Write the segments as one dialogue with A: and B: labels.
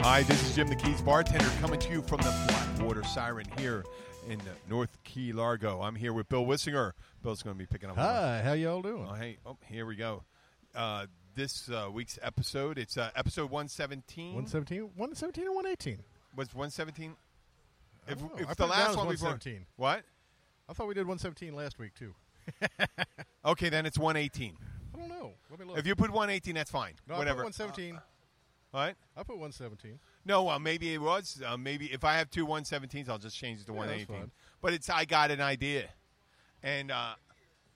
A: Hi, this is Jim the Keys bartender coming to you from the Blackwater Siren here in North Key Largo. I'm here with Bill Wissinger. Bill's going to be picking up. on-
B: Hi, how y'all doing?
A: Oh, hey, oh, here we go. Uh, this uh, week's episode, it's uh, episode 117.
B: 117, 117 or 118?
A: was 117? If,
B: don't know. Oh, I
A: if
B: put
A: the
B: it down
A: last
B: as
A: one we were-
B: 117.
A: What?
B: I thought we did 117 last week, too.
A: Okay, then it's 118.
B: I don't know. Let me look.
A: If you put 118, that's fine.
B: no,
A: Whatever.
B: I put 117.
A: All right.
B: I put 117.
A: No, well, maybe it was. Uh, maybe if I have two 117s, I'll just change it to
B: Yeah, that's
A: 118.
B: fine.
A: But it's I got an idea, and uh,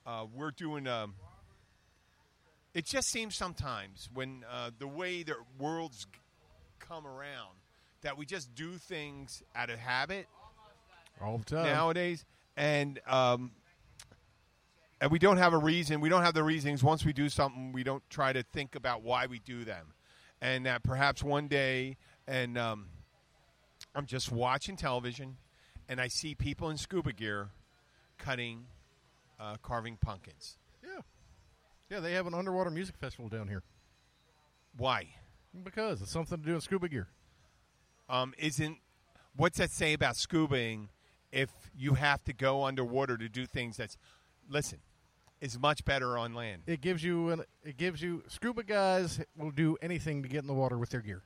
A: uh, we're doing. Um, it just seems sometimes when uh, the way that worlds g- come around, that we just do things out of habit
B: All the time.
A: nowadays, and um, and we don't have a reason. We don't have the reasons. Once we do something, we don't try to think about why we do them, and that perhaps one day, and um, I'm just watching television, and I see people in scuba gear cutting, uh, carving pumpkins.
B: yeah. Yeah, they have an underwater music festival down here
A: Why?
B: because it's something to do in scuba gear.
A: Um, isn't what's that say about scubaing if you have to go underwater to do things that's listen is much better on land
B: It gives you an. It gives you scuba guys will do anything to get in the water with their gear.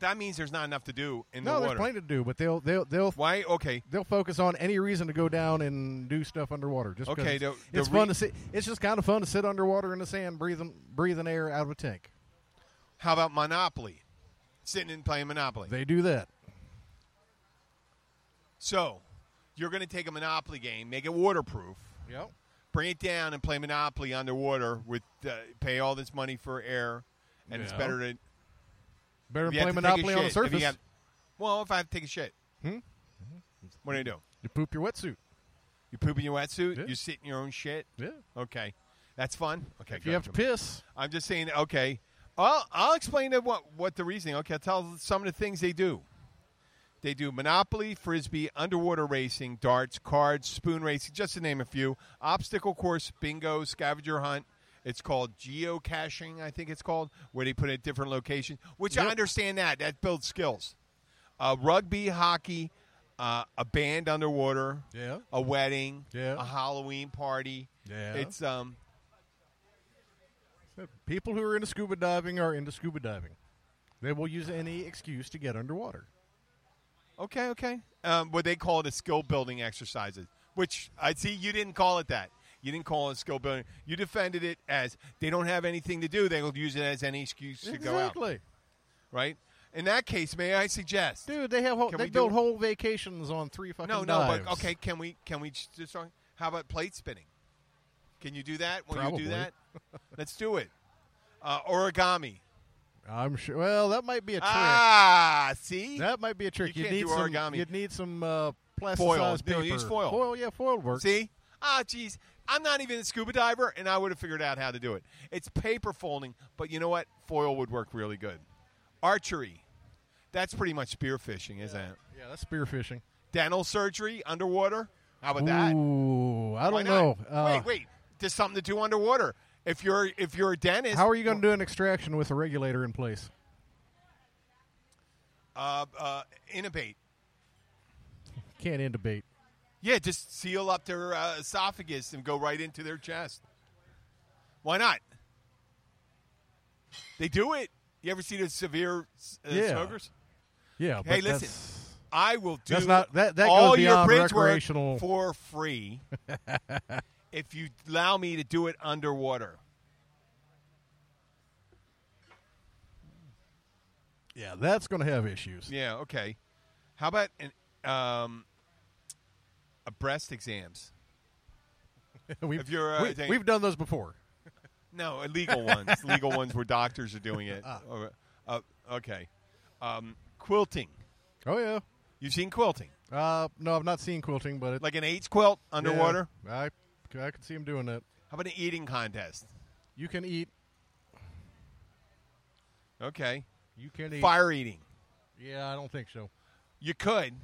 A: That means there's not enough to do in
B: no,
A: the
B: there's
A: water.
B: plenty to do, but they'll they'll they'll
A: Why? Okay.
B: they'll focus on any reason to go down and do stuff underwater. Just 'cause
A: Okay,
B: it's,
A: the- the
B: it's fun
A: re-
B: to sit. It's just kind of fun to sit underwater in the sand, breathing breathing air out of a tank.
A: How about Monopoly? Sitting and playing Monopoly.
B: They do that.
A: so, you're going to take a Monopoly game, make it waterproof,
B: Yep.
A: bring it down, and play Monopoly underwater. With uh, pay all this money for air, and it's
B: No.
A: better to
B: Better
A: if you have
B: play
A: to take a
B: Monopoly on the
A: shit, if you
B: surface. Hmm? You,
A: have- well, if I have to take a shit, what do you do?
B: poop your wetsuit.
A: You poop in your wetsuit.
B: Yeah.
A: You sit in your own shit.
B: Yeah.
A: Okay, that's fun. Okay,
B: If you have to piss,
A: I'm just saying. Okay, I'll, I'll explain to what what the reasoning. Okay, I'll tell some of the things they do. They do Monopoly, Frisbee, underwater racing, darts, cards, spoon racing, just to name a few. Obstacle course, bingo, scavenger hunt. It's called geocaching, I think it's called, where they put it at different locations, which I
B: Yep.
A: understand that. That builds skills. Uh, rugby, hockey, uh, a band underwater,
B: Yeah.
A: a wedding,
B: Yeah.
A: a Halloween party.
B: Yeah.
A: It's um,
B: people who are into scuba diving are into scuba diving. They will use any excuse to get underwater.
A: Okay, okay. Um, what they call it is skill building exercises, which I see you didn't call it that. You didn't call it skill building. You defended it as they don't have anything to do. They will use it as any excuse to go out,
B: exactly,
A: right? In that case, may I suggest?
B: dude. They have whole,
A: Can
B: they
A: we
B: build
A: do-
B: whole vacations on three fucking
A: no, no,
B: dives.
A: but okay. Can we? Can we just? just talk- How about plate spinning? Can you do that? Will you
B: Probably.
A: do that? Let's do it. Uh, origami.
B: I'm sure. Well, that might be a trick.
A: Ah, see.
B: That might be a trick.
A: You
B: would
A: can't
B: need
A: do
B: some,
A: origami.
B: You'd need some uh, plasticized
A: Foil.
B: paper.
A: No, use foil.
B: Foil, yeah, foil works.
A: See? Ah, geez. I'm not even a scuba diver, and I would have figured out how to do it. It's paper folding, but you know what? Foil would work really good. Archery. That's pretty much spearfishing, isn't it?
B: Yeah, that's spearfishing.
A: Dental surgery underwater. How about that?
B: Ooh, I
A: Why
B: don't know.
A: not?
B: Uh,
A: wait, wait. There's something to do underwater. If you're if you're a dentist,
B: How are you going to do an extraction with a regulator in place?
A: uh, uh, intubate?
B: Can't end debate.
A: Yeah, just seal up their uh, esophagus and go right into their chest. Why not? They do it. You ever see the severe uh,
B: Yeah.
A: smokers?
B: Yeah,
A: Hey,
B: but
A: listen.
B: that's-
A: I will do
B: That's not- that- that
A: all
B: goes
A: your
B: beyond
A: bridge
B: recreational-
A: work for free if you allow me to do it underwater.
B: yeah, that's going to have issues.
A: Yeah, okay. How about an, um, a breast exams?
B: we've,
A: If you're, uh,
B: we,
A: saying-
B: have done those before.
A: No, illegal ones. legal ones where doctors are doing it.
B: Ah.
A: Or, uh, okay. Um, quilting.
B: Oh yeah.
A: You've seen quilting,
B: Uh, no, I've not seen quilting, but it,
A: like an AIDS quilt
B: yeah,
A: underwater.
B: I I could see him doing that.
A: How about an eating contest?
B: You can eat.
A: Okay,
B: You can eat.
A: fire eating.
B: Yeah, I don't think so.
A: You could.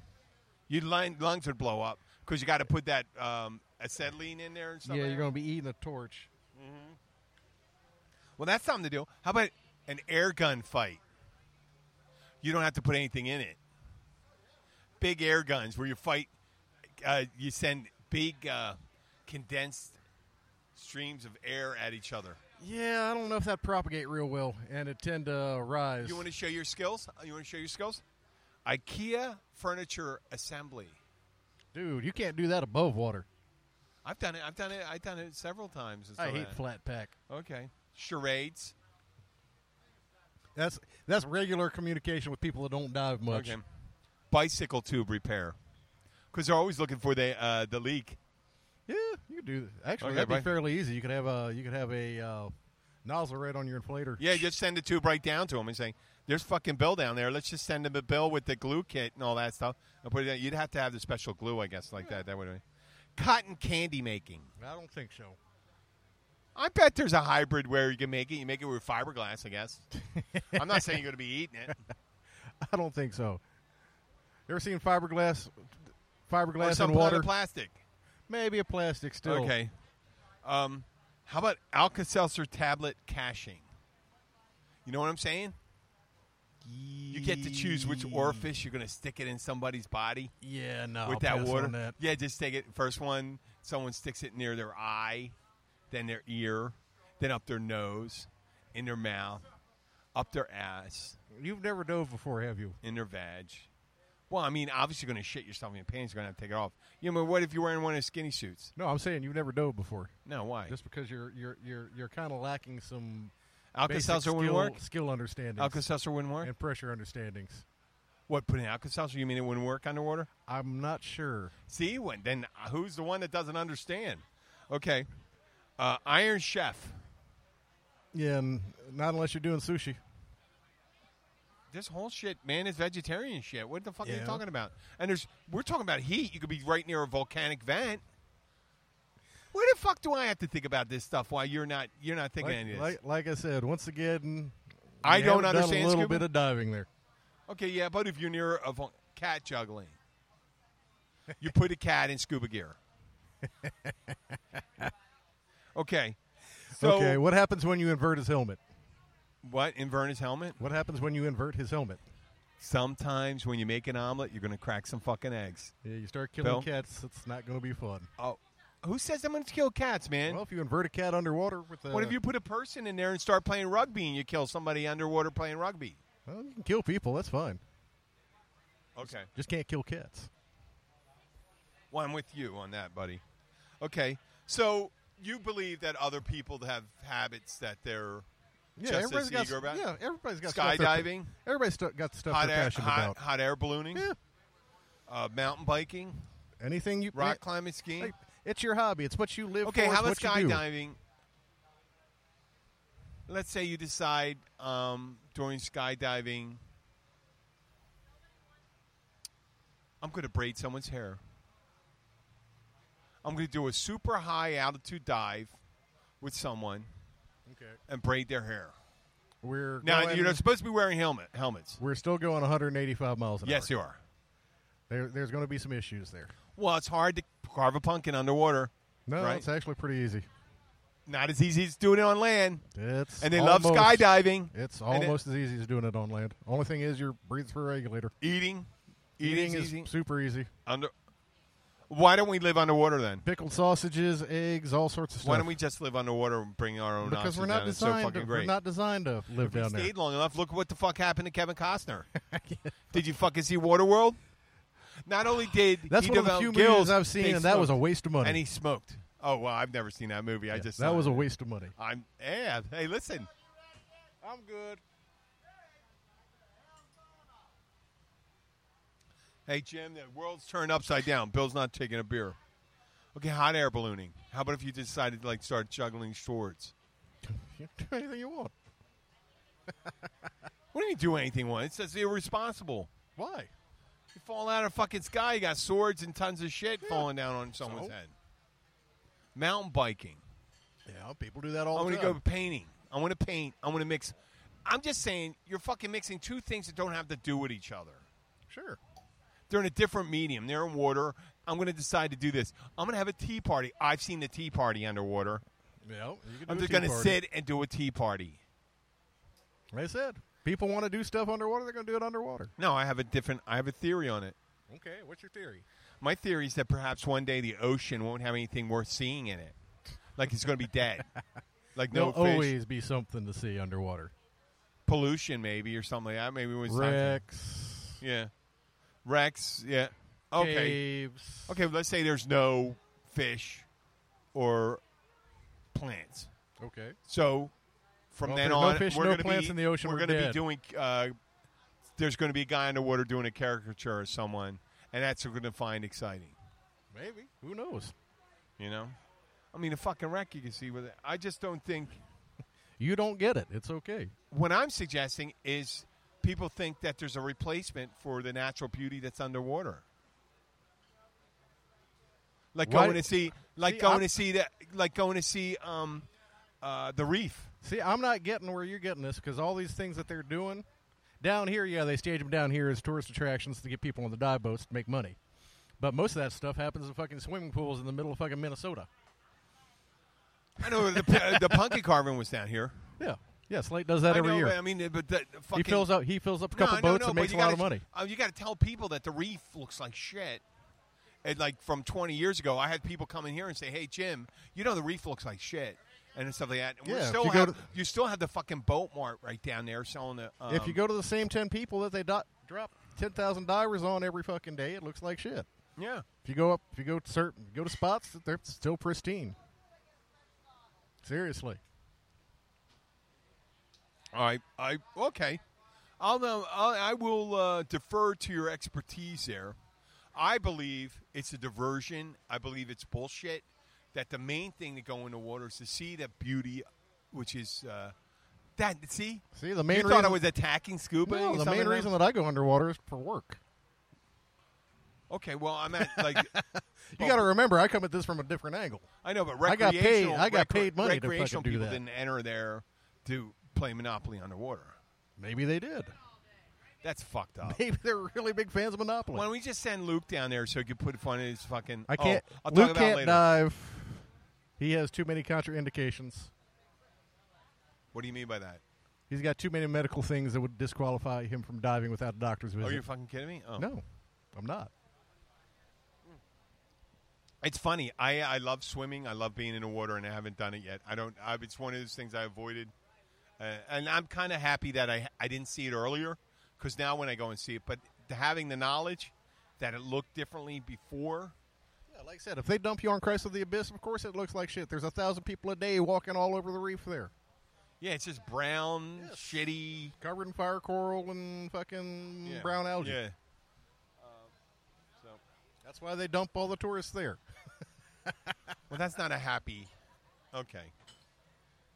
A: Your lung- lungs would blow up because you got to put that um, acetylene in there and stuff.
B: yeah,
A: like
B: you're
A: that.
B: going to be eating a torch.
A: Well, that's something to do. How about an air gun fight. You don't have to put anything in it. Big air guns where you fight, uh, you send big uh, condensed streams of air at each other.
B: Yeah, I don't know if that propagate real well, and it tend to uh, rise.
A: You want to show your skills? Uh, You want to show your skills? IKEA furniture assembly.
B: Dude, you can't do that above water.
A: I've done it. I've done it. I've done it several times. and
B: I
A: stuff
B: hate
A: like
B: flat pack.
A: that. Okay, charades.
B: That's that's regular communication with people that don't dive much.
A: Okay. Bicycle tube repair. Because they're always looking for the uh, the leak.
B: Yeah, you could do that. Actually,
A: Okay,
B: that'd
A: bye.
B: be fairly easy. You could have a you could have a uh, nozzle right on your inflator.
A: Yeah, just send the tube right down to them and say, "There's fucking bill down there. Let's just send them a bill with the glue kit and all that stuff." And put it. Down. You'd have to have the special glue, I guess, like that. That would. Cotton candy making.
B: I don't think so.
A: I bet there's a hybrid where you can make it. You make it with fiberglass, I guess. I'm not saying you're going to be eating it.
B: I don't think so. You ever seen fiberglass,
A: Or
B: fiberglass
A: some kind
B: and water?
A: of plastic.
B: Maybe a plastic still.
A: Okay. Um, how about Alka-Seltzer tablet caching? You know what I'm saying? You get to choose which orifice you're going to stick it in somebody's body
B: Yeah, no.
A: with that
B: I'll pass
A: water.
B: on that.
A: Yeah, just take it. First one, someone sticks it near their eye, then their ear, then up their nose, in their mouth, up their ass,
B: You've never dove before, have you?
A: in their vag. Well, I mean, obviously, you're going to shit yourself in your pants. You're going to have to take it off. You know, but what if you're wearing one of the skinny suits?
B: No, I'm saying you've never dove before.
A: No, why?
B: Just because you're you're you're you're kind of lacking some basic
A: Alka-Seltzer wouldn't
B: skill,
A: work.
B: skill understandings
A: Alka-Seltzer wouldn't work.
B: and pressure understandings.
A: What putting Alka-Seltzer? You mean it wouldn't work underwater?
B: I'm not sure.
A: See, when then who's the one that doesn't understand? Okay, uh, Iron Chef.
B: Yeah, and not unless you're doing sushi.
A: This whole shit, man, is vegetarian shit. What the fuck are you
B: Yeah.
A: talking about? And there's we're talking about heat. You could be right near a volcanic vent. Where the fuck do I have to think about this stuff? While you're not you're not thinking any of
B: Like,
A: this?
B: like, like I said, once again,
A: I
B: you
A: don't
B: haven't done
A: understand
B: a little
A: scuba.
B: bit of diving there.
A: okay, yeah, but if you're near a vol- cat juggling, you put a cat in scuba gear. okay, so
B: okay, what happens when you invert his helmet?
A: what? Inverness helmet.
B: What happens when you invert his helmet?
A: Sometimes when you make an omelet, you're going to crack some fucking eggs.
B: Yeah, you start killing
A: Bill?
B: cats. It's not going to be fun.
A: Oh, who says I'm going to kill cats, man?
B: Well, if you invert a cat underwater with a,
A: what if you put a person in there and start playing rugby and you kill somebody underwater playing rugby?
B: Well, you can kill people. That's fine.
A: Okay.
B: Just can't kill cats.
A: Well, I'm with you on that, buddy. Okay. So you believe that other people have habits that they're
B: Yeah,
A: just
B: everybody's
A: as
B: got.
A: eager about?
B: Yeah, everybody's got stuff they're-
A: Skydiving,
B: everybody's stu- got stuff
A: hot
B: they're
A: air,
B: passionate
A: hot,
B: about.
A: hot air ballooning,
B: Yeah,
A: uh, mountain biking,
B: anything you
A: rock
B: yeah,
A: climbing, skiing.
B: like, It's your hobby. It's what you live
A: Okay,
B: for.
A: how about
B: it's what you do.
A: skydiving? Let's say you decide um, during skydiving, I'm going to braid someone's hair. I'm going to do a super high altitude dive with someone
B: Okay,
A: and braid their hair.
B: we're
A: Now
B: going-
A: you're not supposed to be wearing helmet helmets.
B: We're still going 185 miles an
A: Yes,
B: hour.
A: you are.
B: There, there's going to be some issues there.
A: Well, it's hard to carve a pumpkin underwater.
B: No,
A: Right.
B: it's actually pretty easy.
A: Not as easy as doing it on land.
B: It's
A: And they love
B: almost-
A: skydiving.
B: It's
A: And it-
B: almost as easy as doing it on land. Only thing is, you're breathing through a regulator.
A: Eating,
B: Eating
A: eating
B: is
A: easy.
B: super easy.
A: Under. Why don't we live underwater then?
B: Pickled sausages, eggs, all sorts of stuff.
A: Why don't we just live underwater and bring our own?
B: Because
A: oxygen
B: we're not
A: down? It's
B: designed.
A: So fucking
B: to,
A: great.
B: We're not designed to live
A: We
B: down there.
A: stayed long enough. Look what the fuck happened to Kevin Costner. Did you fucking see Waterworld? Not only did
B: That's
A: he
B: one of the
A: develop
B: few
A: gills,
B: movies I've seen,
A: they
B: and that was a
A: smoked.
B: waste of money.
A: and he smoked. Oh well, I've never seen that movie. I
B: Yeah,
A: just
B: that
A: saw
B: was
A: it.
B: a waste of money.
A: I'm yeah. Hey, listen.
B: I'm good.
A: Hey Jim, the world's turned upside down. Bill's not taking a beer. Okay, hot air ballooning. How about if you decided to like start juggling swords?
B: You can do anything you want.
A: What do you do anything once? That's irresponsible.
B: Why?
A: You fall out of fucking sky. You got swords and tons of shit falling down on someone's
B: So?
A: head. Mountain biking.
B: Yeah, people do that all
A: I
B: the
A: want to
B: time.
A: go painting. I want to paint. I want to mix. I'm just saying you're fucking mixing two things that don't have to do with each other.
B: Sure.
A: They're in a different medium. They're in water. I'm going to decide to do this. I'm going to have a tea party. I've seen the tea party underwater.
B: Yeah, you can do
A: I'm
B: a
A: just
B: tea
A: going to
B: party.
A: sit and do a tea party.
B: They said people want to do stuff underwater, they're going to do it underwater.
A: No, I have a different. I have a theory on it.
B: Okay, what's your theory?
A: My theory is that perhaps one day the ocean won't have anything worth seeing in it. Like it's going to be dead. Like no
B: There'll
A: fish,
B: always be something to see underwater.
A: pollution maybe or something like that. Maybe when it's time to-
B: Wrecks,
A: Yeah. Rex, yeah. Okay.
B: caves.
A: Okay, let's say there's no fish or plants.
B: okay.
A: So from
B: Well, if
A: then
B: there's no
A: on,
B: fish,
A: we're
B: no
A: going to
B: plants
A: be
B: in the ocean,
A: We're
B: we're
A: gonna
B: dead.
A: be doing. Uh, there's going to be a guy underwater doing a caricature of someone, and that's what we're going to find exciting.
B: Maybe. Who knows?
A: You know, I mean, a fucking wreck you can see with it. I just don't think
B: You don't get it. It's okay.
A: what I'm suggesting is people think that there's a replacement for the natural beauty that's underwater. Like
B: Why-
A: going to see, like
B: See,
A: going
B: I'm-
A: to see that, like going to see um, uh, the reef.
B: See, I'm not getting where you're getting this because all these things that they're doing down here, yeah, they stage them down here as tourist attractions to get people on the dive boats to make money. But most of that stuff happens in fucking swimming pools in the middle of fucking Minnesota.
A: I know the, the pumpkin carving was down here.
B: Yeah, yeah. Slate does that
A: I
B: every
A: know,
B: year.
A: but I mean, but the, the fucking,
B: he fills up. He fills up a couple
A: no,
B: boats
A: no, no,
B: and
A: but
B: makes a
A: you
B: lot
A: gotta,
B: of money.
A: Uh, you got to tell people that the reef looks like shit. And like from 20 years ago, I had people come in here and say, "Hey, Jim, you know the reef looks like shit." And stuff like that. And we're
B: Yeah, if
A: still
B: you
A: you,
B: go
A: have,
B: to-
A: you still have the fucking boat mart right down there selling the. Um,
B: if you go to the same ten people that they do- drop ten thousand divers on every fucking day, it looks like shit.
A: yeah,
B: If you go up, if you go to certain, go to spots, they're still pristine. Seriously,
A: all right, I okay. I'll know. I I will uh, defer to your expertise there. I believe it's a diversion. I believe it's bullshit. That the main thing to go in the water is to see that beauty, which is uh, that. See,
B: see the main
A: you
B: reason
A: thought I was attacking scuba?
B: No,
A: or
B: the
A: something
B: main
A: like
B: reason that I go underwater is for work.
A: Okay, well, I'm at like
B: You got to remember, I come at this from a different angle.
A: I know, but
B: I got
A: recreational.
B: paid- I got
A: recre-
B: paid money to
A: Recreational
B: fucking do
A: people
B: that.
A: didn't enter there to play Monopoly underwater.
B: Maybe they did.
A: That's fucked up.
B: Maybe they're really big fans of Monopoly.
A: Why don't we just send Luke down there so he could put fun in his fucking?
B: I can't.
A: Oh, I'll
B: Luke
A: talk about it
B: can't uh,
A: later.
B: dive. He has too many contraindications.
A: What do you mean by that?
B: He's got too many medical things that would disqualify him from diving without a doctor's
A: Oh,
B: visit.
A: you're fucking kidding me? Oh.
B: no, I'm not.
A: It's funny. I I love swimming. I love being in the water, and I haven't done it yet. I don't. I, it's one of those things I avoided, uh, and I'm kind of happy that I I didn't see it earlier, because now when I go and see it, but the- having the knowledge that it looked differently before,
B: Yeah, like I said, if they dump you on Christ of the Abyss, of course it looks like shit. There's a thousand people a day walking all over the reef there,
A: yeah, it's just brown,
B: Yes.
A: shitty,
B: covered in fire coral and fucking
A: yeah.
B: brown algae. Uh,
A: Yeah.
B: That's why they dump all the tourists there.
A: Well, that's not a happy. Okay.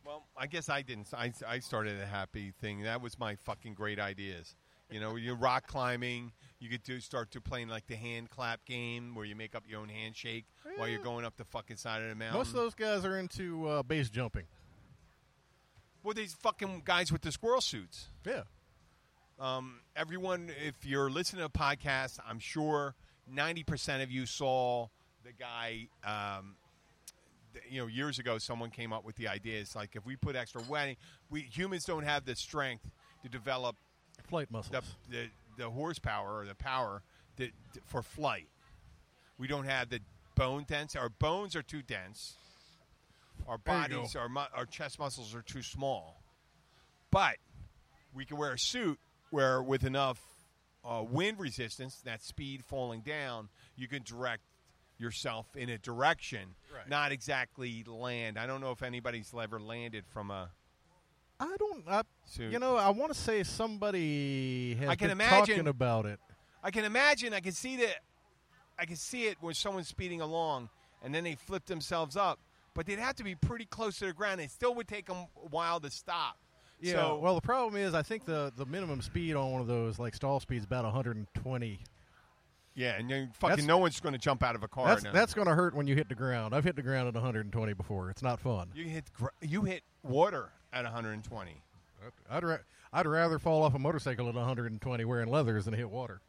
A: Well, I guess I didn't. I, I started a happy thing. That was my fucking great ideas. You know, you're rock climbing. You could do start to playing like the hand clap game where you make up your own handshake while you're going up the fucking side of the mountain.
B: Most of those guys are into uh, base jumping.
A: well, these fucking guys with the squirrel suits.
B: Yeah.
A: Um, everyone, if you're listening to a podcast, I'm sure 90% of you saw the guy. Um, th- you know, years ago, someone came up with the idea. It's like if we put extra wedding, we humans don't have the strength to develop
B: Flight muscles.
A: the the, the horsepower or the power that, for flight. We don't have the bone dense. Our bones are too dense. Our
B: There you
A: bodies, our mu- our chest muscles are too small. But we can wear a suit where, with enough uh, wind resistance, that speed falling down, you can direct yourself in a direction,
B: Right.
A: not exactly land. I don't know if anybody's ever landed from a.
B: I don't. I,
A: Suit.
B: you know, I want to say somebody has
A: I can
B: been
A: imagine-
B: talking about it.
A: I can imagine. I can see that. I can see it when someone's speeding along, and then they flip themselves up. But they'd have to be pretty close to the ground. It still would take them a while to stop.
B: Yeah.
A: So,
B: well, the problem is, I think the the minimum speed on one of those, like stall speed, is about 120.
A: yeah, and then
B: That's-
A: fucking no one's going to jump out of a car.
B: That's
A: now.
B: that's going to hurt when you hit the ground. I've hit the ground at 120 before. It's not fun.
A: you hit gr- you hit water at 120.
B: I'd ra- I'd rather fall off a motorcycle at 120 wearing leathers than hit water.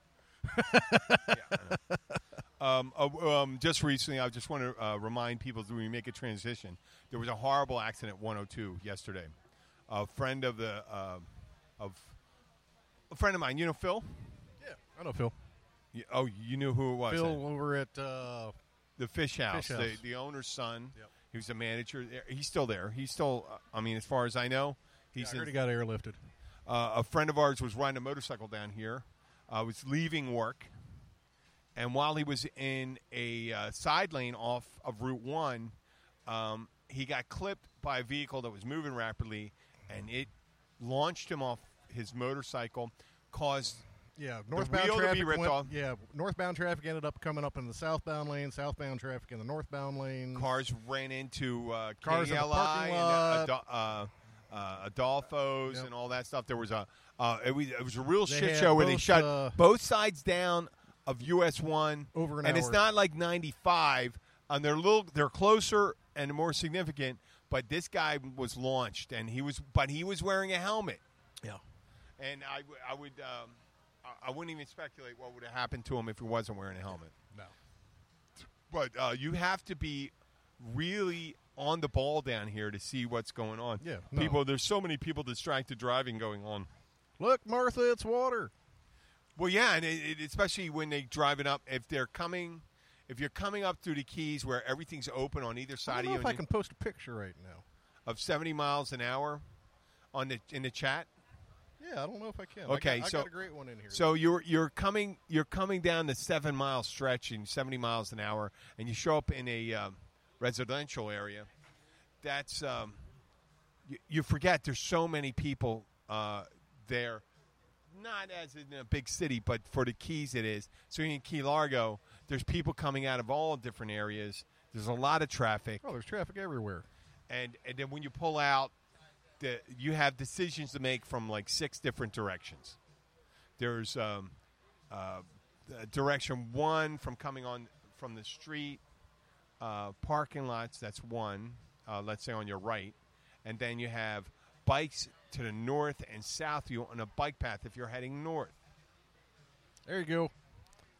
A: Um, uh, um, just recently, I just want to uh, remind people that when we make a oh transition, there was a horrible accident 102 yesterday. A friend of the uh, of a friend of mine. You know Phil?
B: Yeah, I know Phil.
A: You, oh, you knew who it was.
B: Phil
A: then.
B: over at uh,
A: the fish house,
B: Fish House.
A: The, the owner's son.
B: Yep.
A: He was a manager. there. He's still there. He's still. uh, I mean, as far as I know,
B: yeah,
A: he's
B: I
A: in
B: heard he got airlifted.
A: uh, a friend of ours was riding a motorcycle down here. I was leaving work, and while he was in a uh, side lane off of Route One, um, he got clipped by a vehicle that was moving rapidly, and it launched him off his motorcycle, caused
B: Yeah, northbound
A: wheel to be
B: traffic
A: ripped
B: went,
A: off.
B: Yeah, northbound traffic ended up coming up in the southbound lane. Southbound traffic in the northbound lane.
A: cars ran into uh,
B: Cars in the
A: KLI
B: parking
A: and uh,
B: lot.
A: Ado- uh, uh, Adolfo's
B: Yep.
A: and all that stuff. There was a uh, it, was, it was a real
B: They
A: shit
B: had
A: show where they
B: both,
A: shut
B: uh,
A: both sides down of US one
B: Over an
A: and it's
B: hour.
A: not like ninety five. And they're little they're closer and more significant. But this guy was launched and he was but he was wearing a helmet
B: Yeah,
A: and I, w- I would um, I, I wouldn't even speculate what would have happened to him if he wasn't wearing a helmet
B: no.
A: but uh, you have to be really on the ball down here to see what's going on.
B: Yeah, no.
A: people. There's so many people distracted driving going on.
B: Look, Martha, it's water.
A: Well, yeah, and it, it, especially when they driving up, if they're coming, if you're coming up through the keys where everything's open on either
B: I
A: side
B: don't
A: of
B: know
A: you,
B: if I
A: and you-
B: can post a picture right now.
A: of 70 miles an hour on the in the chat.
B: Yeah, I don't know if I can. I
A: Okay,
B: got- I
A: so-
B: got a great one in here.
A: So you're you're coming you're coming down the seven mile stretch in 70 miles an hour, and you show up in a um, residential area. That's um, you, you forget there's so many people uh, there, not as in a big city, but for the Keys it is. So in Key Largo, there's people coming out of all different areas. There's a lot of traffic,
B: oh, there's traffic everywhere.
A: and and then when you pull out, the, you have decisions to make from like six different directions. There's um, uh, uh, direction one from coming on from the street, uh, parking lots. That's one. Uh, let's say on your right, and then you have bikes to the north and south. of You on a bike path if you're heading north.
B: There you go.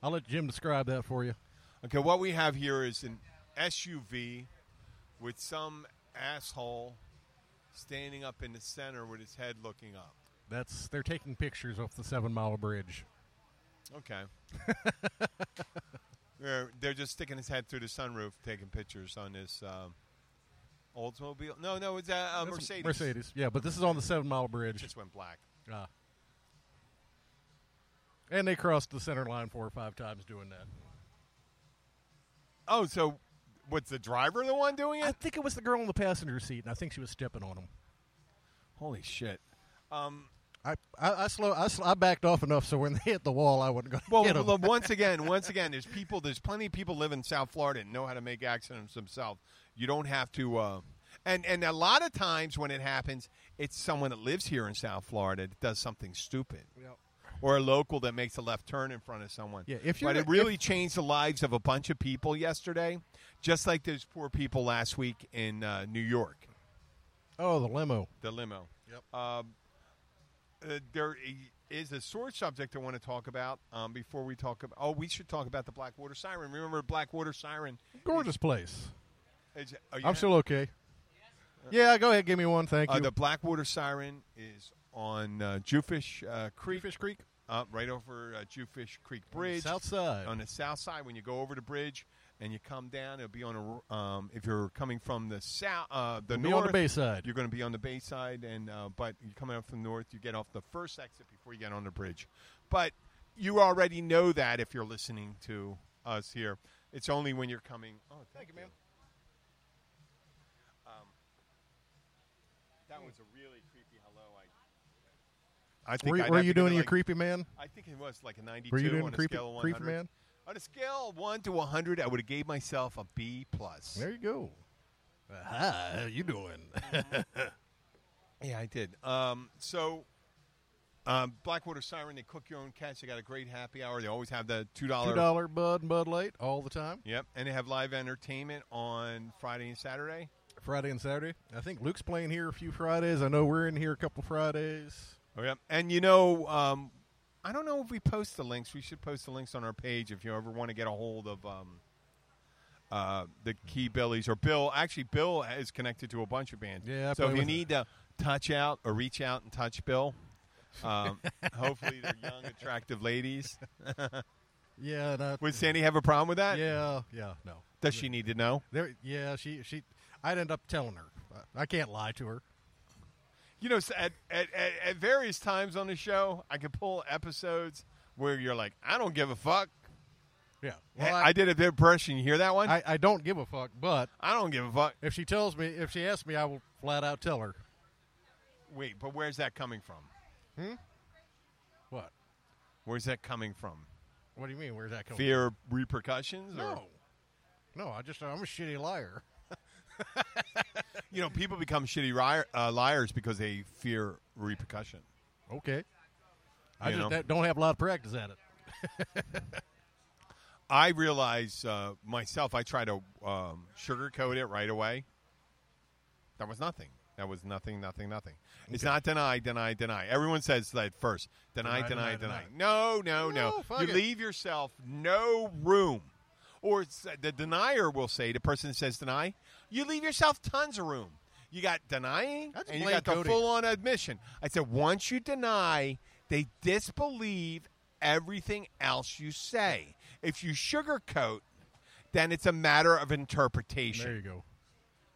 B: I'll let Jim describe that for you.
A: Okay, what we have here is an SUV with some asshole standing up in the center with his head looking up.
B: That's they're taking pictures off the Seven Mile Bridge.
A: Okay. they're, they're just sticking his head through the sunroof, taking pictures on this um, Oldsmobile. No, no, it's a, a
B: That's
A: Mercedes.
B: Mercedes. Yeah, but this is on the Seven Mile
A: It
B: Bridge.
A: just went black.
B: Ah. And they crossed the center line four or five times doing that.
A: Oh, so what's the driver the one doing
B: I
A: it?
B: think it was the girl in the passenger seat, and I think she was stepping on him.
A: Holy shit. Um,
B: I I, I slow I, sl- I backed off enough so when they hit the wall, I wasn't going to
A: well,
B: hit 'em.
A: look, once again, once again, there's people. There's plenty of people live in South Florida and know how to make accidents themselves. You don't have to. Uh, and and a lot of times when it happens, it's someone that lives here in South Florida that does something stupid. or a local that makes a left turn in front of someone.
B: Yeah, if
A: but
B: you're-
A: it really changed the lives of a bunch of people yesterday, just like those poor people last week in uh, New York,
B: Oh, the limo.
A: the limo.
B: Yep.
A: Um, uh, there i- is a sore subject I want to talk about um, before we talk about. Oh, we should talk about the Blackwater Siren. Remember Blackwater Siren?
B: Gorgeous place.
A: Is, uh, are you-
B: I'm still okay. Yeah, go ahead. Give me one. Thank
A: Uh,
B: you.
A: the Blackwater Siren is on uh, Jewfish uh, Creek,
B: Fish Creek
A: uh, right over uh, Jewfish Creek Bridge.
B: south side.
A: on the south side when you go over the bridge and you come down it'll be on a r- um, if you're coming from the south uh, the
B: Be
A: north
B: on the bay side.
A: you're going to be on the bay side and uh, but you're coming up from the north you get off the first exit before you get on the bridge but you already know that if you're listening to us here it's only when you're coming oh thank, you man that was a really creepy hello i I think
B: Were,
A: I'd
B: were
A: have
B: you
A: to give
B: doing
A: it
B: your
A: like-
B: creepy man?
A: I think it was like a 92
B: Were you doing
A: on a
B: creepy,
A: scale of 100.
B: creepy man?
A: On a scale of 1 to 100, I would have gave myself a B plus.
B: There you go. Uh, hi, how you doing?
A: Yeah, I did. Um, so um, Blackwater Siren, they cook your own catch. They got a great happy hour. They always have the $2.
B: Two dollar Bud and Bud Light all the time.
A: Yep, and they have live entertainment on Friday and Saturday.
B: Friday and Saturday. I think Luke's playing here a few Fridays. I know we're in here a couple Fridays.
A: Oh, yep. And you know, um, I don't know if we post the links. We should post the links on our page if you ever want to get a hold of um, uh, the Key Billies or Bill. Actually, Bill is connected to a bunch of bands.
B: Yeah, I
A: so if
B: play
A: you
B: with-
A: need to touch out or reach out and touch Bill, Um, hopefully, they're young, attractive ladies.
B: Yeah, that,
A: Would Sandy have a problem with that?
B: yeah, yeah, no.
A: Does she need to know?
B: There, yeah, she she. I'd end up telling her. I, I can't lie to her.
A: You know, s- at, at, at, at various times on the show, I can pull episodes where you're like, I don't give a fuck.
B: Yeah,
A: Hey,
B: well,
A: I, did a bit impression. You hear that one?
B: I, I don't give a fuck. But
A: I don't give a fuck.
B: if she tells me, if she asks me, I will flat out tell her.
A: Wait, but where's that coming from?
B: What?
A: Where's that coming from?
B: What do you mean? Where's that coming?
A: Fear of repercussions? Or,
B: No, no. I just I'm a shitty liar.
A: You know, people become shitty ri- uh, liars because they fear repercussion.
B: Okay. I
A: You
B: just
A: know.
B: that- don't have a lot of practice at it.
A: I realize uh, myself, I try to um, sugarcoat it right away. That was nothing. That was nothing, nothing, nothing. It's not deny, deny, deny. Everyone says that first. Deny,
B: Deny,
A: deny, deny.
B: deny, deny.
A: No, no, no.
B: No, fuck
A: you
B: it.
A: leave yourself no room. Or it's, the denier will say, the person that says deny, you leave yourself tons of room. You got denying,
B: I just
A: and you
B: blame
A: got the
B: Cody.
A: full on admission. I said, once you deny, they disbelieve everything else you say. If you sugarcoat, then it's a matter of
B: There
A: interpretation.
B: you go.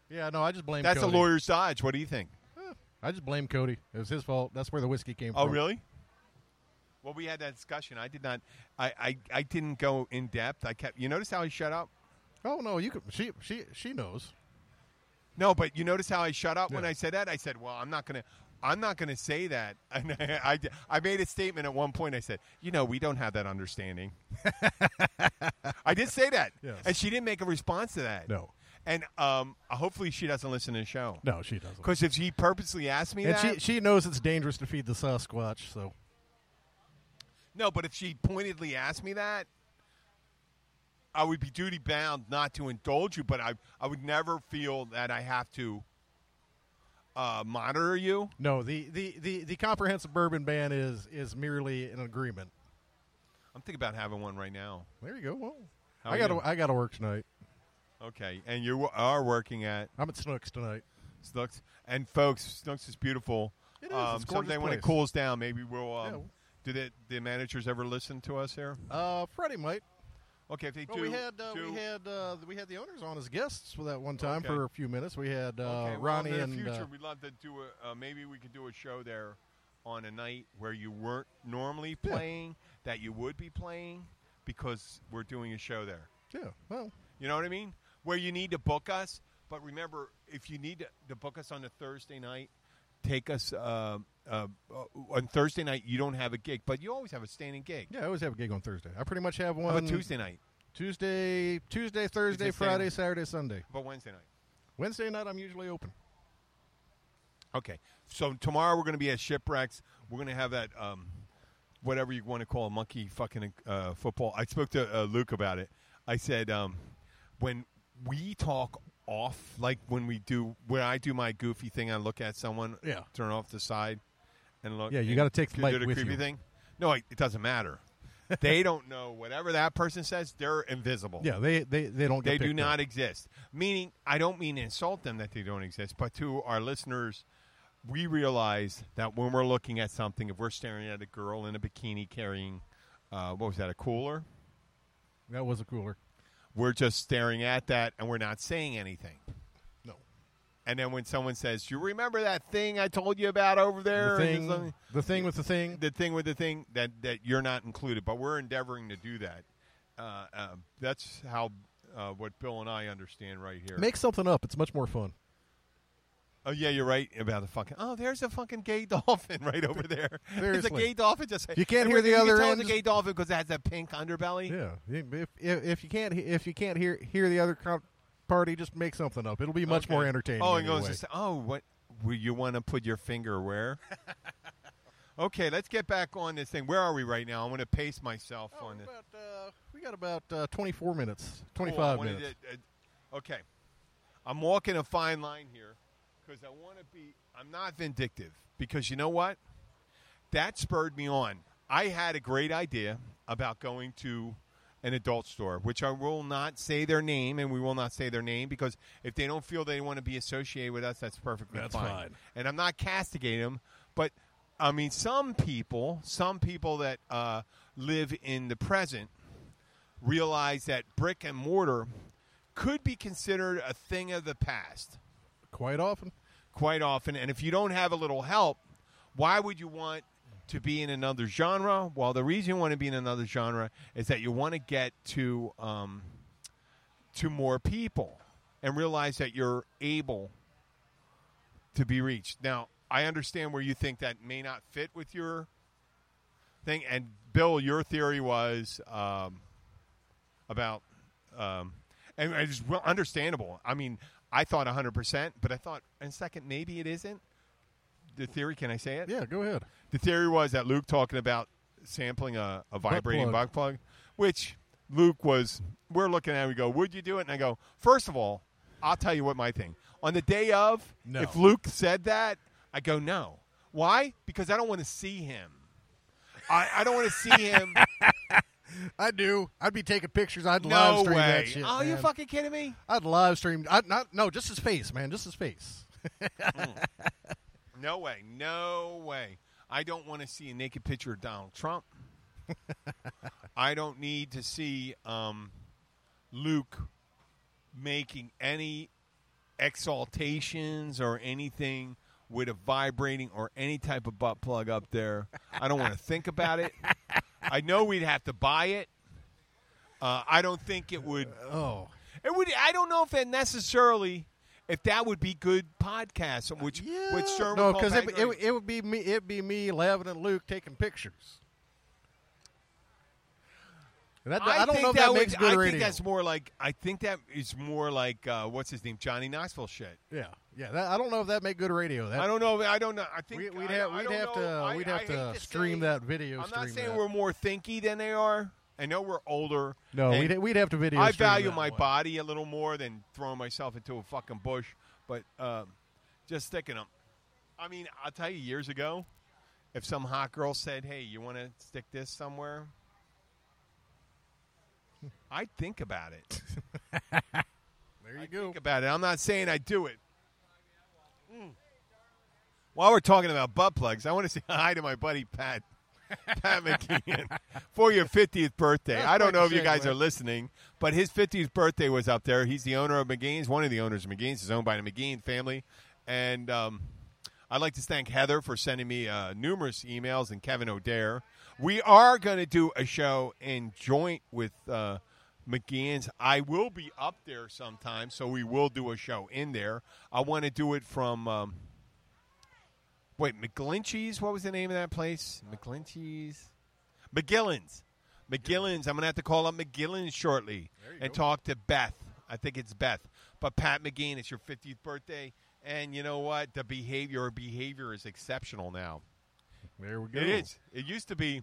B: Yeah, no. I just blame.
A: That's
B: Cody.
A: a lawyer's dodge. What do you think?
B: I just blame Cody. It was his fault. That's where the whiskey came from.
A: Oh, really? Well, we had that discussion. I did not. I, I, I didn't go in depth. I kept. You notice how I shut up?
B: Oh no, you could. She she she knows.
A: No, but you notice how I shut up when
B: Yeah.
A: I said that. I said, "Well, I'm not gonna, I'm not gonna say that." And I, I, I made a statement at one point. I said, "You know, we don't have that understanding." I did say that,
B: Yes.
A: and she didn't make a response to that.
B: No.
A: and um, hopefully she doesn't listen to the show.
B: No, she doesn't.
A: Because if she purposely asked me
B: And
A: that,
B: she she knows it's dangerous to feed the Sasquatch. So
A: no, but if she pointedly asked me that, I would be duty bound not to indulge you. But I, I would never feel that I have to uh, monitor you.
B: No, the, the, the, the comprehensive bourbon ban is is merely an agreement.
A: I'm thinking about having one right now.
B: There you go. Well,
A: How
B: I
A: are
B: got
A: you?
B: to I got to work tonight.
A: Okay, and you are working at
B: I'm at Snooks tonight.
A: Snooks, and folks, Snooks is beautiful.
B: It is.
A: Um,
B: It's a gorgeous
A: someday when it
B: place.
A: cools down, maybe we'll. Um,
B: Yeah.
A: Do the, the managers ever listen to us here?
B: Uh, Friday night.
A: Okay, if they
B: Well,
A: do,
B: we had uh,
A: do-
B: we had uh, we had the owners on as guests for that one time
A: Okay.
B: for a few minutes. We had uh,
A: okay, well,
B: Ronnie
A: in the
B: and
A: future
B: uh,
A: we'd love to do a uh, maybe we could do a show there on a night where you weren't normally
B: Yeah.
A: playing that you would be playing because we're doing a show there.
B: yeah. Well,
A: You know what I mean? Where you need to book us, but remember, if you need to, to book us on a Thursday night, take us um uh, uh, on Thursday night. You don't have a gig, but you always have a standing gig.
B: yeah. I always have a gig on Thursday. I pretty much have
A: How
B: one
A: about Tuesday night?
B: Tuesday, Tuesday, Thursday,
A: Tuesday,
B: Friday, Saturday, Sunday,
A: How about Wednesday night?
B: Wednesday night. I'm usually open.
A: Okay. So tomorrow we're going to be at Shipwrecks. We're going to have that um, whatever you want to call a monkey fucking uh, football. I spoke to uh, Luke about it. I said um, when we talk off, like when we do, when I do my goofy thing, I look at someone,
B: Yeah.
A: turn off the side, and look.
B: Yeah, you
A: and
B: gotta take the
A: do
B: mic
A: the
B: with
A: creepy
B: you.
A: thing. No, it it doesn't matter. they don't know whatever that person says. They're invisible.
B: Yeah, they they, they don't get
A: They do
B: picked up.
A: not exist. Meaning, I don't mean to insult them that they don't exist, but to our listeners, we realize that when we're looking at something, if we're staring at a girl in a bikini carrying, uh, what was that, a cooler?
B: That was a cooler.
A: We're just staring at that and we're not saying anything.
B: No.
A: And then when someone says, "You remember that thing I told you about over there?" And
B: The thing,
A: something-
B: the thing with the thing.
A: the thing with the thing that that you're not included, but we're endeavoring to do that. Uh, uh, that's how uh, what Bill and I understand right here.
B: Make something up. It's much more fun.
A: Oh yeah, you're right about the fucking. Oh, there's a fucking gay dolphin right over there. It's a
B: Seriously.
A: gay dolphin. Just
B: You can't
A: and
B: hear the
A: you
B: other
A: tell It's
B: end,
A: a
B: just-
A: gay dolphin because it has that pink underbelly.
B: Yeah. If, if, if you can't he- if you can't hear hear the other co- party, just make something up. It'll be much
A: Okay.
B: more entertaining.
A: Oh,
B: Oh,
A: and goes. Just, oh, what? Will you want to put your finger where? okay, let's get back on this thing. Where are we right now? I want to pace myself
B: Oh,
A: on this.
B: we got about uh, twenty four minutes, twenty
A: Cool, I
B: five
A: wanted
B: minutes.
A: to- uh, okay, I'm walking a fine line here because I want to be. I'm not vindictive because you know what? That spurred me on. I had a great idea about going to an adult store, which I will not say their name, and we will not say their name because if they don't feel they want to be associated with us, that's perfectly
B: That's fine.
A: And I'm not castigating them, but I mean, some people, some people that uh, live in the present, realize that brick and mortar could be considered a thing of the past
B: Quite often.
A: quite often. And if you don't have a little help, why would you want to be in another genre? Well, the reason you want to be in another genre is that you want to get to um, to more people and realize that you're able to be reached. Now, I understand where you think that may not fit with your thing. And Bill, your theory was um, about, um, and it's well understandable. I mean, I thought 100%, but I thought, and second, maybe it isn't. The theory, can I say it?
B: Yeah, go ahead.
A: The theory was that Luke talking about sampling a, a vibrating
B: plug.
A: butt plug, which Luke was. We're looking at. it, We go, would you do it? And I go, first of all, I'll tell you what my thing. On the day of,
B: No.
A: if Luke said that, I go no. Why? Because I don't want to see him. I, I don't want to see him.
B: I do. I'd be taking pictures. I'd live
A: no
B: stream
A: way.
B: that shit.
A: oh, you
B: man.
A: fucking kidding me?
B: I'd live stream. I'd not. No, just his face, man. Just his face.
A: No way. No way. I don't want to see a naked picture of Donald Trump. I don't need to see um, Luke making any exaltations or anything with a vibrating or any type of butt plug up there. I don't want to think about it. I know we'd have to buy it. Uh, I don't think it would.
B: Oh,
A: It would. I don't know if that necessarily, if that would be good podcast. Which
B: yeah.
A: which Sherman
B: no,
A: because
B: because it, it, it would be me. It'd be me, Levin, and Luke taking pictures. And That, I, don't
A: think
B: know if that,
A: would-
B: makes good
A: I
B: radio.
A: think that's more like. I think that is more like uh, what's his name, Johnny Knoxville shit.
B: yeah, yeah. That, I don't know if that make good radio. That,
A: I don't know. I don't know. I think
B: we, would
A: I-
B: have,
A: I
B: we'd
A: don't
B: have
A: know.
B: to
A: I-
B: we'd
A: I
B: have to
A: hate to
B: stream
A: say-
B: that video.
A: I'm
B: stream
A: not saying
B: that.
A: we're more thinky than they are. I know we're older.
B: no.
A: and
B: We'd, we'd have to video.
A: I
B: stream
A: value
B: that
A: my
B: one.
A: body a little more than throwing myself into a fucking bush. But um, just sticking them. I mean, I'll tell you, years ago, if some hot girl said, "Hey, you want to stick this somewhere?" I'd think about it.
B: There you
A: I
B: go.
A: think about it. I'm not saying I do it. Mm. While we're talking about butt plugs, I want to say hi to my buddy Pat. Pat McKeon for your 50th birthday.
B: That's
A: I don't
B: quite
A: know if
B: the
A: you guys
B: segue.
A: are listening, but his 50th birthday was up there. He's the owner of McGean's, one of the owners of McGean's, is owned by the McGean family. And um, I'd like to thank Heather for sending me uh, numerous emails and Kevin O'Dare. We are going to do a show in joint with uh, McGean's. I will be up there sometime, so we will do a show in there. I want to do it from. Um, Wait, McGlinchey's? What was the name of that place? McGlinchey's? McGillin's. McGillin's. I'm going to have to call up McGillin's shortly and talk to Beth. I think it's Beth. But Pat McGean, it's your 50th birthay. And you know what? The behavior or behavior is exceptional now.
B: There we go.
A: It is. It used to be.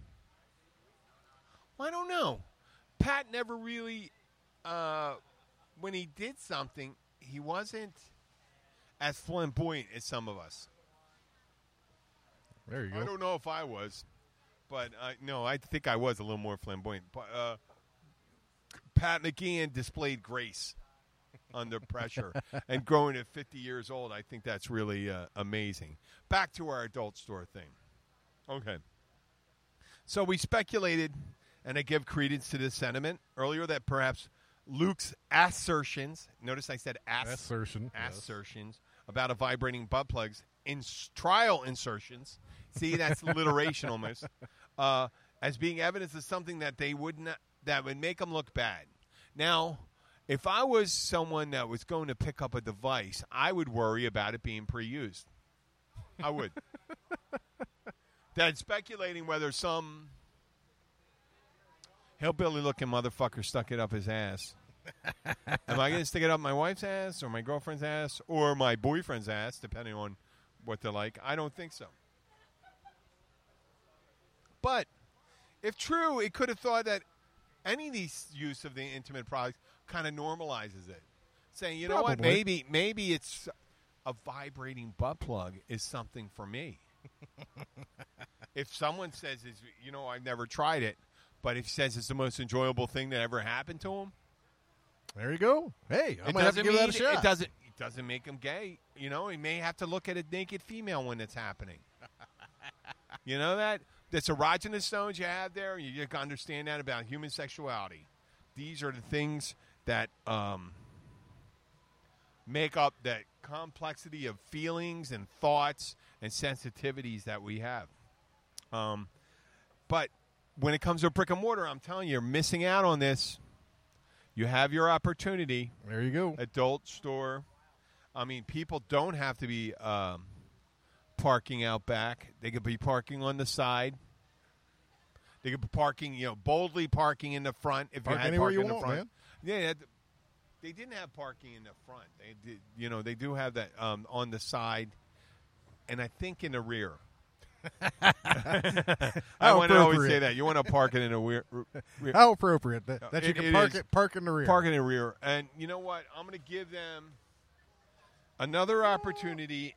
A: Well, I don't know. Pat never really, uh, when he did something, he wasn't as flamboyant as some of us.
B: There you
A: I
B: go.
A: don't know if I was, but uh, no, I think I was a little more flamboyant. But uh, Pat McGeehan displayed grace under pressure, and growing at 50 years old, I think that's really uh, amazing. Back to our adult store thing. Okay. So we speculated, and I give credence to this sentiment earlier that perhaps Luke's assertions. Notice I said ass,
B: Assertion, Mm-hmm. yes.
A: assertions about a vibrating butt plugs in s- trial insertions. See, that's alliteration almost. Uh, as being evidence of something that they would not that would make them look bad. Now, if I was someone that was going to pick up a device, I would worry about it being pre-used. I would. that speculating whether some hillbilly looking motherfucker stuck it up his ass. am I going to stick it up my wife's ass or my girlfriend's ass or my boyfriend's ass, depending on what they're like? I don't think so. But if true, it could have thought that any of these use of the intimate products kind of normalizes it, saying, you know what,
B: Probably.
A: maybe maybe it's a vibrating butt plug is something for me. if someone says, it's, you know, I've never tried it, but if he says it's the most enjoyable thing that ever happened to him,
B: There you go. Hey, I
A: it
B: might have
A: doesn't
B: to give
A: mean
B: that a
A: it
B: shot.
A: doesn't it doesn't make him gay. You know, he may have to look at a naked female when it's happening. You know that? That's erogenous zones you have there. You got to understand that about human sexuality. These are the things that um, make up that complexity of feelings and thoughts and sensitivities that we have. Um, but when it comes to brick and mortar, I'm telling you, you're missing out on this. You have your opportunity
B: There you go.
A: adult store. I mean, people don't have to be um, parking out back. They could be parking on the side. They could be parking, you know, boldly parking in the front if
B: Park
A: you had
B: anywhere
A: parking
B: you
A: in the
B: want,
A: front. Yeah, Yeah, th- they didn't have parking in the front. They did, you know, they do have that um, on the side, and I think in the rear. I
B: How
A: want to always
B: appropriate.
A: say that you want to park it in the rear. rear
B: How appropriate that, that you
A: it-
B: can
A: it
B: park
A: is.
B: it park in the rear.
A: Park in the rear. And you know what? I'm going to give them another opportunity
B: Hey,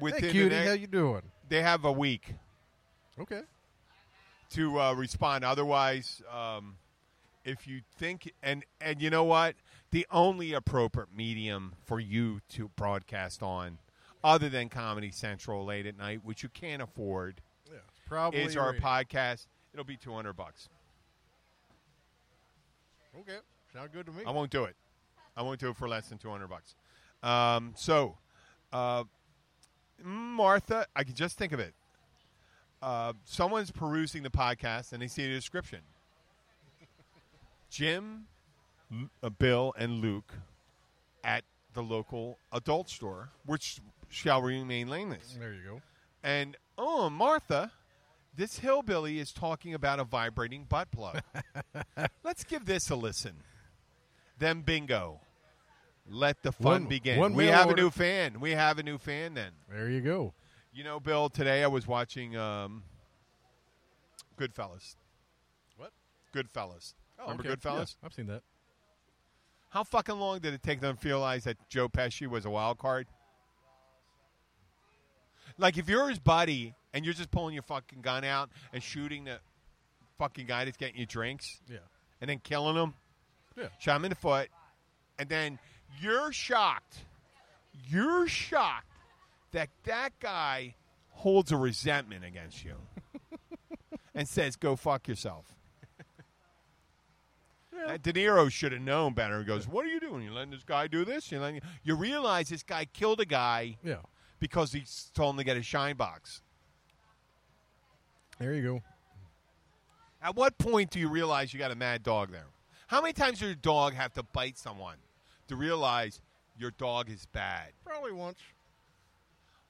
A: within the
B: cutie,
A: next.
B: how you doing?
A: they have a week
B: Okay.
A: to uh, respond. Otherwise, um, if you think and and you know what, the only appropriate medium for you to broadcast on, other than Comedy Central late at night, which you can't afford,
B: Yeah, it's probably
A: is our
B: radio.
A: podcast. It'll be 200 bucks.
B: Okay, sound good to me.
A: I won't do it. I won't do it for less than two hundred bucks. Um, so, uh, Martha, I can just think of it. Uh, someone's perusing the podcast and they see the description. Jim, Lu- uh, Bill, and Luke at the local adult store, which shall remain nameless.
B: There you go.
A: And oh, Martha, this hillbilly is talking about a vibrating butt plug. Let's give this a listen. Then bingo. Let the fun
B: One-
A: begin.
B: one
A: we
B: mail
A: have
B: order.
A: a new fan. We have a new fan then.
B: There you go.
A: You know, Bill, today I was watching um, Goodfellas.
B: What?
A: Goodfellas. Remember
B: Oh, okay.
A: Goodfellas?
B: Yeah, I've seen that.
A: How fucking long did it take them to realize that Joe Pesci was a wild card? Like, if you're his buddy and you're just pulling your fucking gun out and shooting the fucking guy that's getting you drinks
B: Yeah.
A: and then killing him,
B: Yeah.
A: shot him in the foot, and then you're shocked, you're shocked that that guy holds a resentment against you and says, go fuck yourself. That De Niro should have known better. He goes, "What are you doing? You letting this guy do this? You letting you realize this guy killed a guy
B: Yeah.
A: because he s- told him to get a shine box.
B: There you go.
A: At what point do you realize you got a mad dog there? How many times does your dog have to bite someone to realize your dog is bad?
B: Probably once.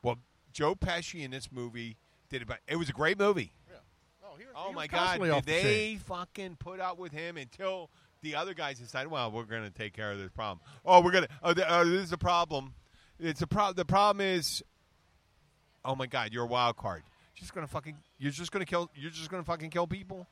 A: Well, Joe Pesci in this movie did about. It was a great movie.
B: Yeah. Oh, he was,
A: Oh
B: he was
A: my God!
B: constantly
A: Did
B: off the chain.
A: they fucking put up with him until the other guys decided? Well, we're going to take care of this problem. Oh, we're going to. Oh, th- oh, this is a problem. It's a problem. The problem is, oh my God, you're a wild card. Just going to fucking. You're just going to kill. You're just going to fucking kill people,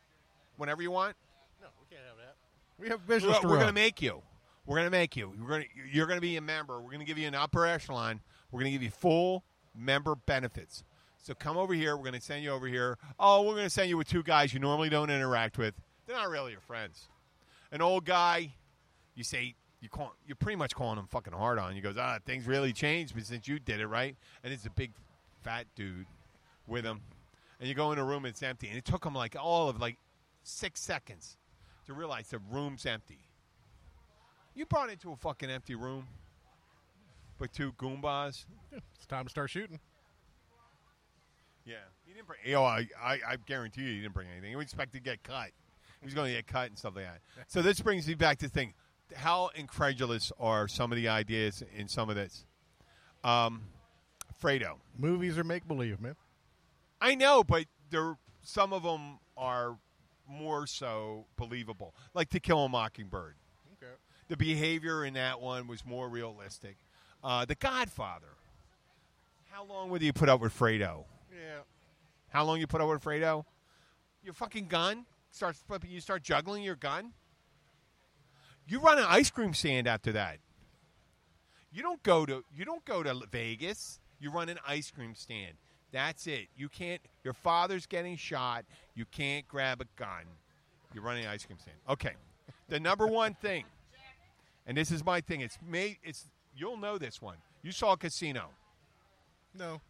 A: whenever you want.
B: No, we can't have that. We have business
A: We're,
B: to
A: we're
B: run.
A: going to make you. We're going to make you. We're going to. You're going to be a member. We're going to give you an upper echelon. We're going to give you full member benefits. So come over here. We're going to send you over here. Oh, we're going to send you with two guys you normally don't interact with. They're not really your friends. An old guy, you say you call. You're pretty much calling him fucking hard on. He goes, ah, things really changed since you did it, right? And it's a big fat dude with him. And you go in a room, it's empty. And it took him like all of like six seconds to realize the room's empty. You brought into a fucking empty room with two Goombas.
B: It's time to start shooting.
A: Yeah. He didn't bring, you know, I, I, I guarantee you he didn't bring anything. He was expected to get cut. He was going to get cut and stuff like that. So this brings me back to the thing. How incredulous are some of the ideas in some of this? Um, Fredo.
B: Movies are make believe, man.
A: I know, but there some of them are more so believable. Like To Kill a Mockingbird.
B: Okay.
A: The behavior in that one was more realistic. Uh, the Godfather. How long would you put up with Fredo?
B: Yeah.
A: How long you put up with Fredo? Your fucking gun starts flipping. You start juggling your gun. You run an ice cream stand after that. You don't go to you don't go to Vegas. You run an ice cream stand. That's it. You can't. Your father's getting shot. You can't grab a gun. You're running an ice cream stand. Okay. The number one thing, and this is my thing. It's made. It's you'll know this one. You saw Casino.
B: No.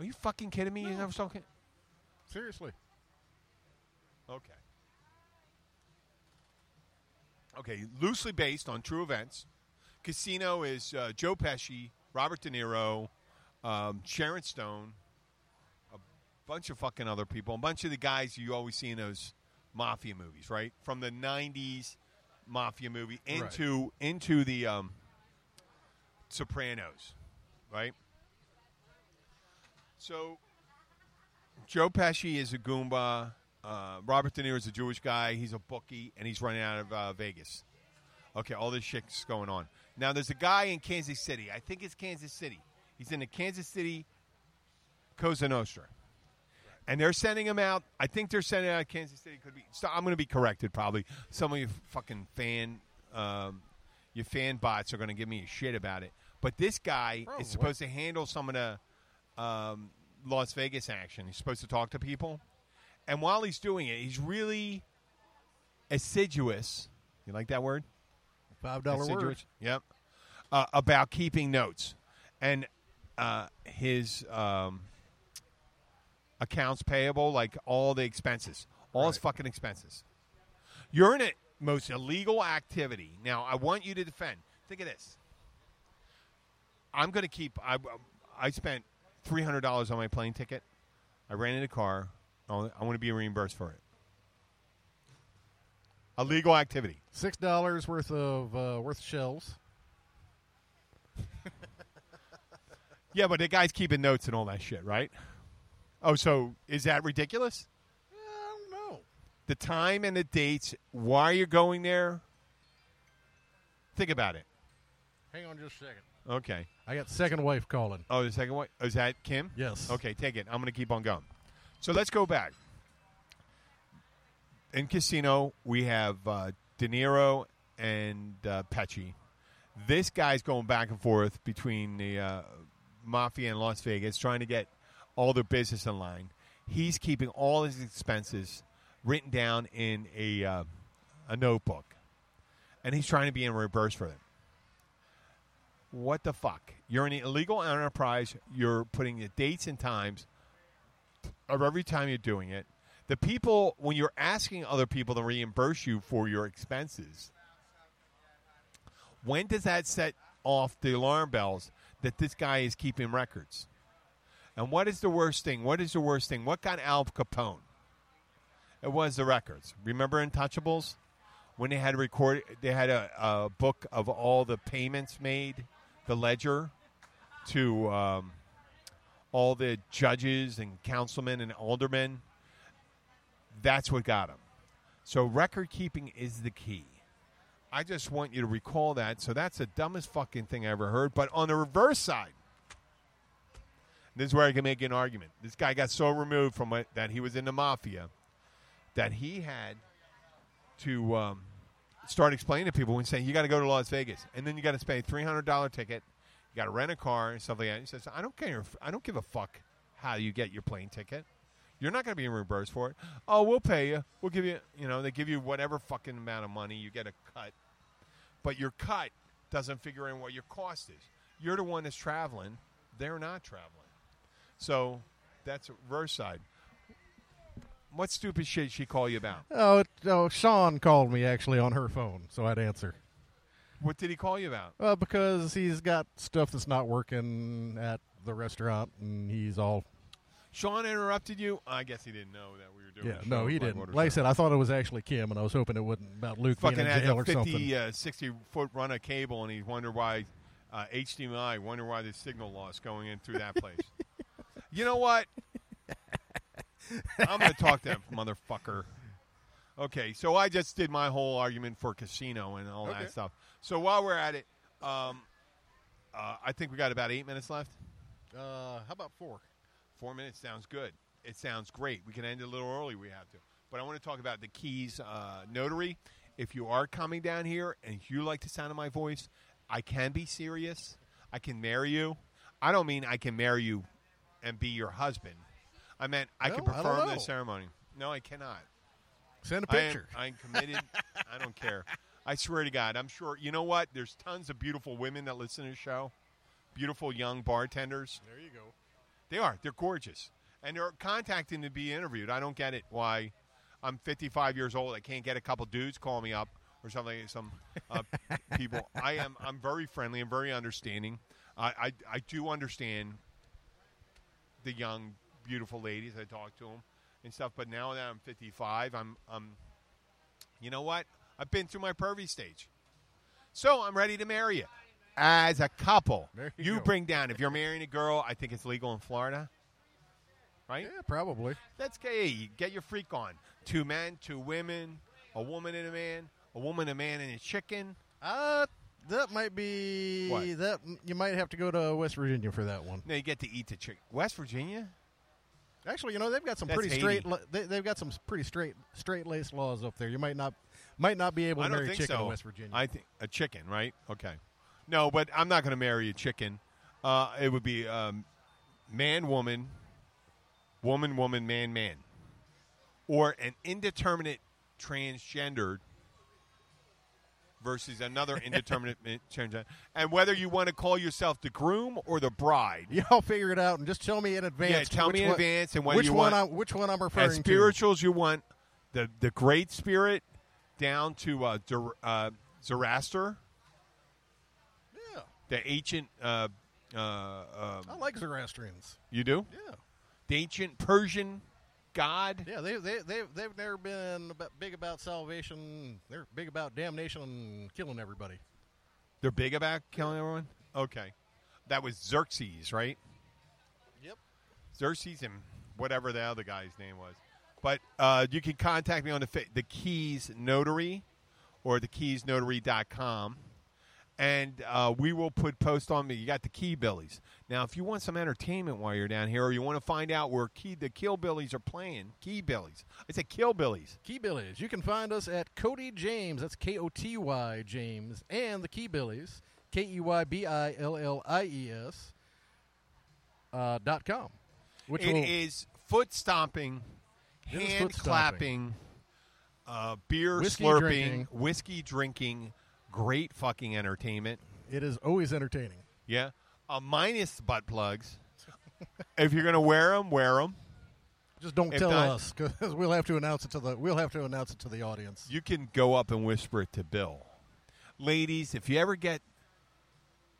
A: Are you fucking kidding me? You never saw. Ca-
B: Seriously.
A: Okay. Okay, loosely based on true events. Casino is uh, Joe Pesci, Robert De Niro, um, Sharon Stone, a bunch of fucking other people, a bunch of the guys you always see in those mafia movies, right? From the '90s mafia movie
B: Right.
A: into into the um, Sopranos, right? So Joe Pesci is a Goomba. Uh, Robert De Niro is a Jewish guy. He's a bookie, and he's running out of uh, Vegas. Okay, all this shit's going on. Now, there's a guy in Kansas City. I think it's Kansas City. He's in the Kansas City Cosa Nostra. And they're sending him out. I think they're sending out Kansas City. Could be. So I'm going to be corrected probably. Some of you fucking fan, um, your fan bots are going to give me a shit about it. But this guy
B: Probably.
A: is supposed to handle some of the um, Las Vegas action. He's supposed to talk to people. And while he's doing it, he's really assiduous. You like that word?
B: Five dollar word.
A: Assiduous. Yep. Uh, about keeping notes, and uh, his um, accounts payable, like all the expenses, all his
B: Right.
A: fucking expenses. You're in it most illegal activity. Now I want you to defend. Think of this. I'm going to keep. I I spent three hundred dollars on my plane ticket. I ran in a car. I want to be reimbursed for it. Illegal activity.
B: Six dollars worth of uh, worth of shells.
A: Yeah, but the guy's keeping notes and all that shit, right? Oh, so is that ridiculous?
B: I don't know.
A: The time and the dates, why you're going there? Think about it.
B: Hang on just a second.
A: Okay.
B: I got second wife calling.
A: Oh, the second one is that Kim?
B: Yes.
A: Okay, take it. I'm going to keep on going. So let's go back. In Casino, we have uh, De Niro and uh, Pesci. This guy's going back and forth between the uh, mafia and Las Vegas, trying to get all their business in line. He's keeping all his expenses written down in a uh, a notebook, and he's trying to be in reverse for them. What the fuck? You're an illegal enterprise. You're putting the dates and times of every time you're doing it. The people, when you're asking other people to reimburse you for your expenses, when does that set off the alarm bells that this guy is keeping records? And what is the worst thing? What is the worst thing? What got Al Capone? It was the records. Remember Untouchables? when they had recorded, they had a, a book of all the payments made, the ledger to um, all the judges and councilmen and aldermen. That's what got them. So record keeping is the key. I just want you to recall that. So that's the dumbest fucking thing I ever heard. But on the reverse side, this is where I can make an argument. This guy got so removed from it that he was in the mafia that he had to um, start explaining to people and saying you got to go to Las Vegas and then you got to pay three hundred dollar ticket, you got to rent a car and stuff like that. He says, I don't care, if, I don't give a fuck how you get your plane ticket. You're not going to be reimbursed for it. Oh, we'll pay you. We'll give you, you know, they give you whatever fucking amount of money you get a cut, but your cut doesn't figure in what your cost is. You're the one that's traveling; they're not traveling. So that's reverse side. What stupid shit she call you about?
B: Oh, it, oh, Sean called me actually on her phone, so I'd answer.
A: What did he call you about?
B: Well, because he's got stuff that's not working at the restaurant, and he's all
A: Sean interrupted you. I guess he didn't know that we were doing.
B: yeah.
A: a show
B: No,
A: with
B: he
A: Mike
B: didn't.
A: Waters.
B: Like I said, I thought it was actually Kim, and I was hoping it wasn't about Luke
A: fucking
B: being in
A: had
B: jail
A: a
B: or something.
A: 50, uh, 60 foot run of cable, and he wondered why uh, HDMI. Wonder why the signal loss going in through that place. you know what? I'm going to talk to that motherfucker. Okay, so I just did my whole argument for casino and all
B: Okay.
A: that stuff. So while we're at it, um, uh, I think we got about eight minutes left.
B: Uh, how about four?
A: Four minutes sounds good. It sounds great. We can end it a little early. We have to. But I want to talk about the Keys uh, Notary. If you are coming down here and you like the sound of my voice, I can be serious. I can marry you. I don't mean I can marry you and be your husband. I meant I can
B: No, I don't
A: perform
B: know.
A: the ceremony. No, I cannot.
B: Send a
A: I am-
B: picture.
A: I am, committed. I don't care. I swear to God, I'm sure. You know what? There's tons of beautiful women that listen to the show, beautiful young bartenders.
B: there you go.
A: They are. They're gorgeous. and they're contacting to be interviewed. I don't get it. Why? I'm 55 years old. I can't get a couple dudes call me up or something. Some uh, people. I am. I'm very friendly. I'm very understanding. I, I I do understand the young, beautiful ladies. I talk to them and stuff. But now that I'm 55, I'm I'm. You know what? I've been through my pervy stage, so I'm ready to marry you. As a couple,
B: There you
A: you
B: go.
A: bring down. If you're marrying a girl, I think it's legal in Florida, right?
B: Yeah, probably.
A: That's gay. Get your freak on. Two men, two women, a woman and a man, a woman, a man, and a chicken.
B: Uh, that might be
A: What?
B: that you might have to go to West Virginia for that one.
A: Now you get to eat the chick. West Virginia?
B: Actually, you know they've got some
A: That's
B: pretty
A: Haiti.
B: straight. Li- they, they've got some pretty straight straight laced laws up there. You might not might not be able to
A: I don't
B: marry
A: think
B: chicken
A: so.
B: in West Virginia.
A: I think a chicken, right? Okay. No, but I'm not going to marry a chicken. Uh, it would be um, man, woman, woman, woman, man, man, or an indeterminate transgendered versus another indeterminate transgender. And whether you want to call yourself the groom or the bride,
B: Y'all figure it out and just tell me in advance.
A: Yeah, tell
B: which
A: me in
B: one-
A: advance and whether
B: which
A: you
B: one
A: want-
B: I, which one I'm referring
A: as spirituals you want the the great spirit down to uh, Dur- uh, Zoroaster,
B: to. Yeah,
A: the ancient. Uh, uh, um,
B: I like Zoroastrians.
A: you do
B: Oh. Yeah,
A: the ancient Persian god.
B: yeah. They they they they've never been about, big about salvation. They're big about damnation and killing everybody.
A: They're big about killing everyone. Okay, that was Xerxes, right?
B: Yep.
A: Xerxes and whatever the other guy's name was. But uh, you can contact me on the, fa- the Keys Notary or thekeysnotary.com. And uh, we will put posts on me. You got the Key Billies. Now, if you want some entertainment while you're down here or you want to find out where key, the Kill Billies are playing, Key Billies. I said Kill Billies.
B: Key Billies. You can find us at Cody James. That's K O T Y James and the Key Billies. K E Y B I L L I E S. Uh, dot com. Which
A: It
B: will,
A: is foot stomping,
B: It is
A: hand clapping,
B: foot-stomping.
A: uh, beer
B: Whiskey
A: slurping,
B: drinking.
A: whiskey drinking, great fucking entertainment.
B: it is always entertaining.
A: Yeah. Uh, minus butt plugs. if you're going to wear them, wear them.
B: Just don't
A: If
B: tell
A: not-
B: us because we'll have to announce it to the we'll have to announce it to the audience.
A: You can go up and whisper it to Bill. Ladies, if you ever get.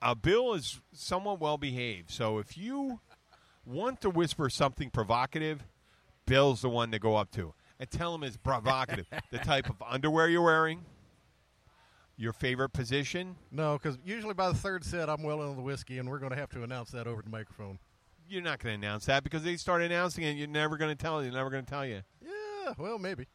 A: Uh, Bill is somewhat well behaved. So if you want to whisper something provocative, Bill's the one to go up to and tell him it's provocative. the type of underwear you're wearing, your favorite position.
B: No, because usually by the third set, I'm well into the whiskey, and we're going to have to announce that over the microphone.
A: You're not going to announce that because they start announcing it. You're never going to tell. You're never going to tell you.
B: Yeah, well, maybe.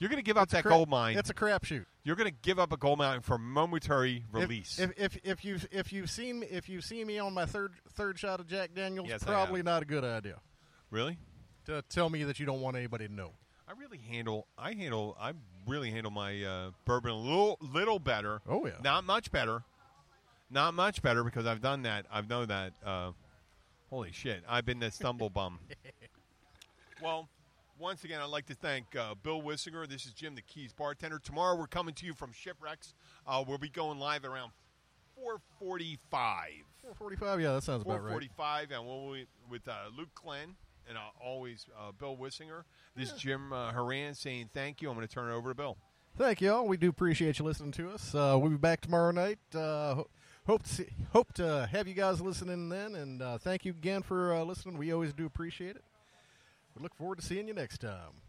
A: You're going to give up that
B: Crap-
A: gold mine.
B: It's a crapshoot.
A: You're going to give up a gold mountain for momentary
B: If-
A: release.
B: If, if if you've if you've seen if you've seen me on my third third shot of Jack Daniels,
A: Yes, I have.
B: probably not a good idea
A: really?
B: to tell me that you don't want anybody to know.
A: I really handle. I handle. I really handle my uh, bourbon a little, little better.
B: Oh, yeah.
A: Not much better. Not much better because I've done that. I've known that. Uh, holy shit! I've been the stumble bum. Well, once again, I'd like to thank uh, Bill Wissinger. This is Jim, the Keys bartender. Tomorrow we're coming to you from Shipwrecks. Uh, we'll be going live around 4:45.
B: Four forty five. Yeah, that sounds about right.
A: 445, and we'll be with uh, Luke Glenn and uh, always uh, Bill Wissinger. This is Jim uh, Haran saying thank you. I'm going to turn it over to Bill.
B: Thank you all. We do appreciate you listening to us. Uh, we'll be back tomorrow night. Uh, ho- hope to see, hope to have you guys listening then, and uh, thank you again for uh, listening. We always do appreciate it. We look forward to seeing you next time.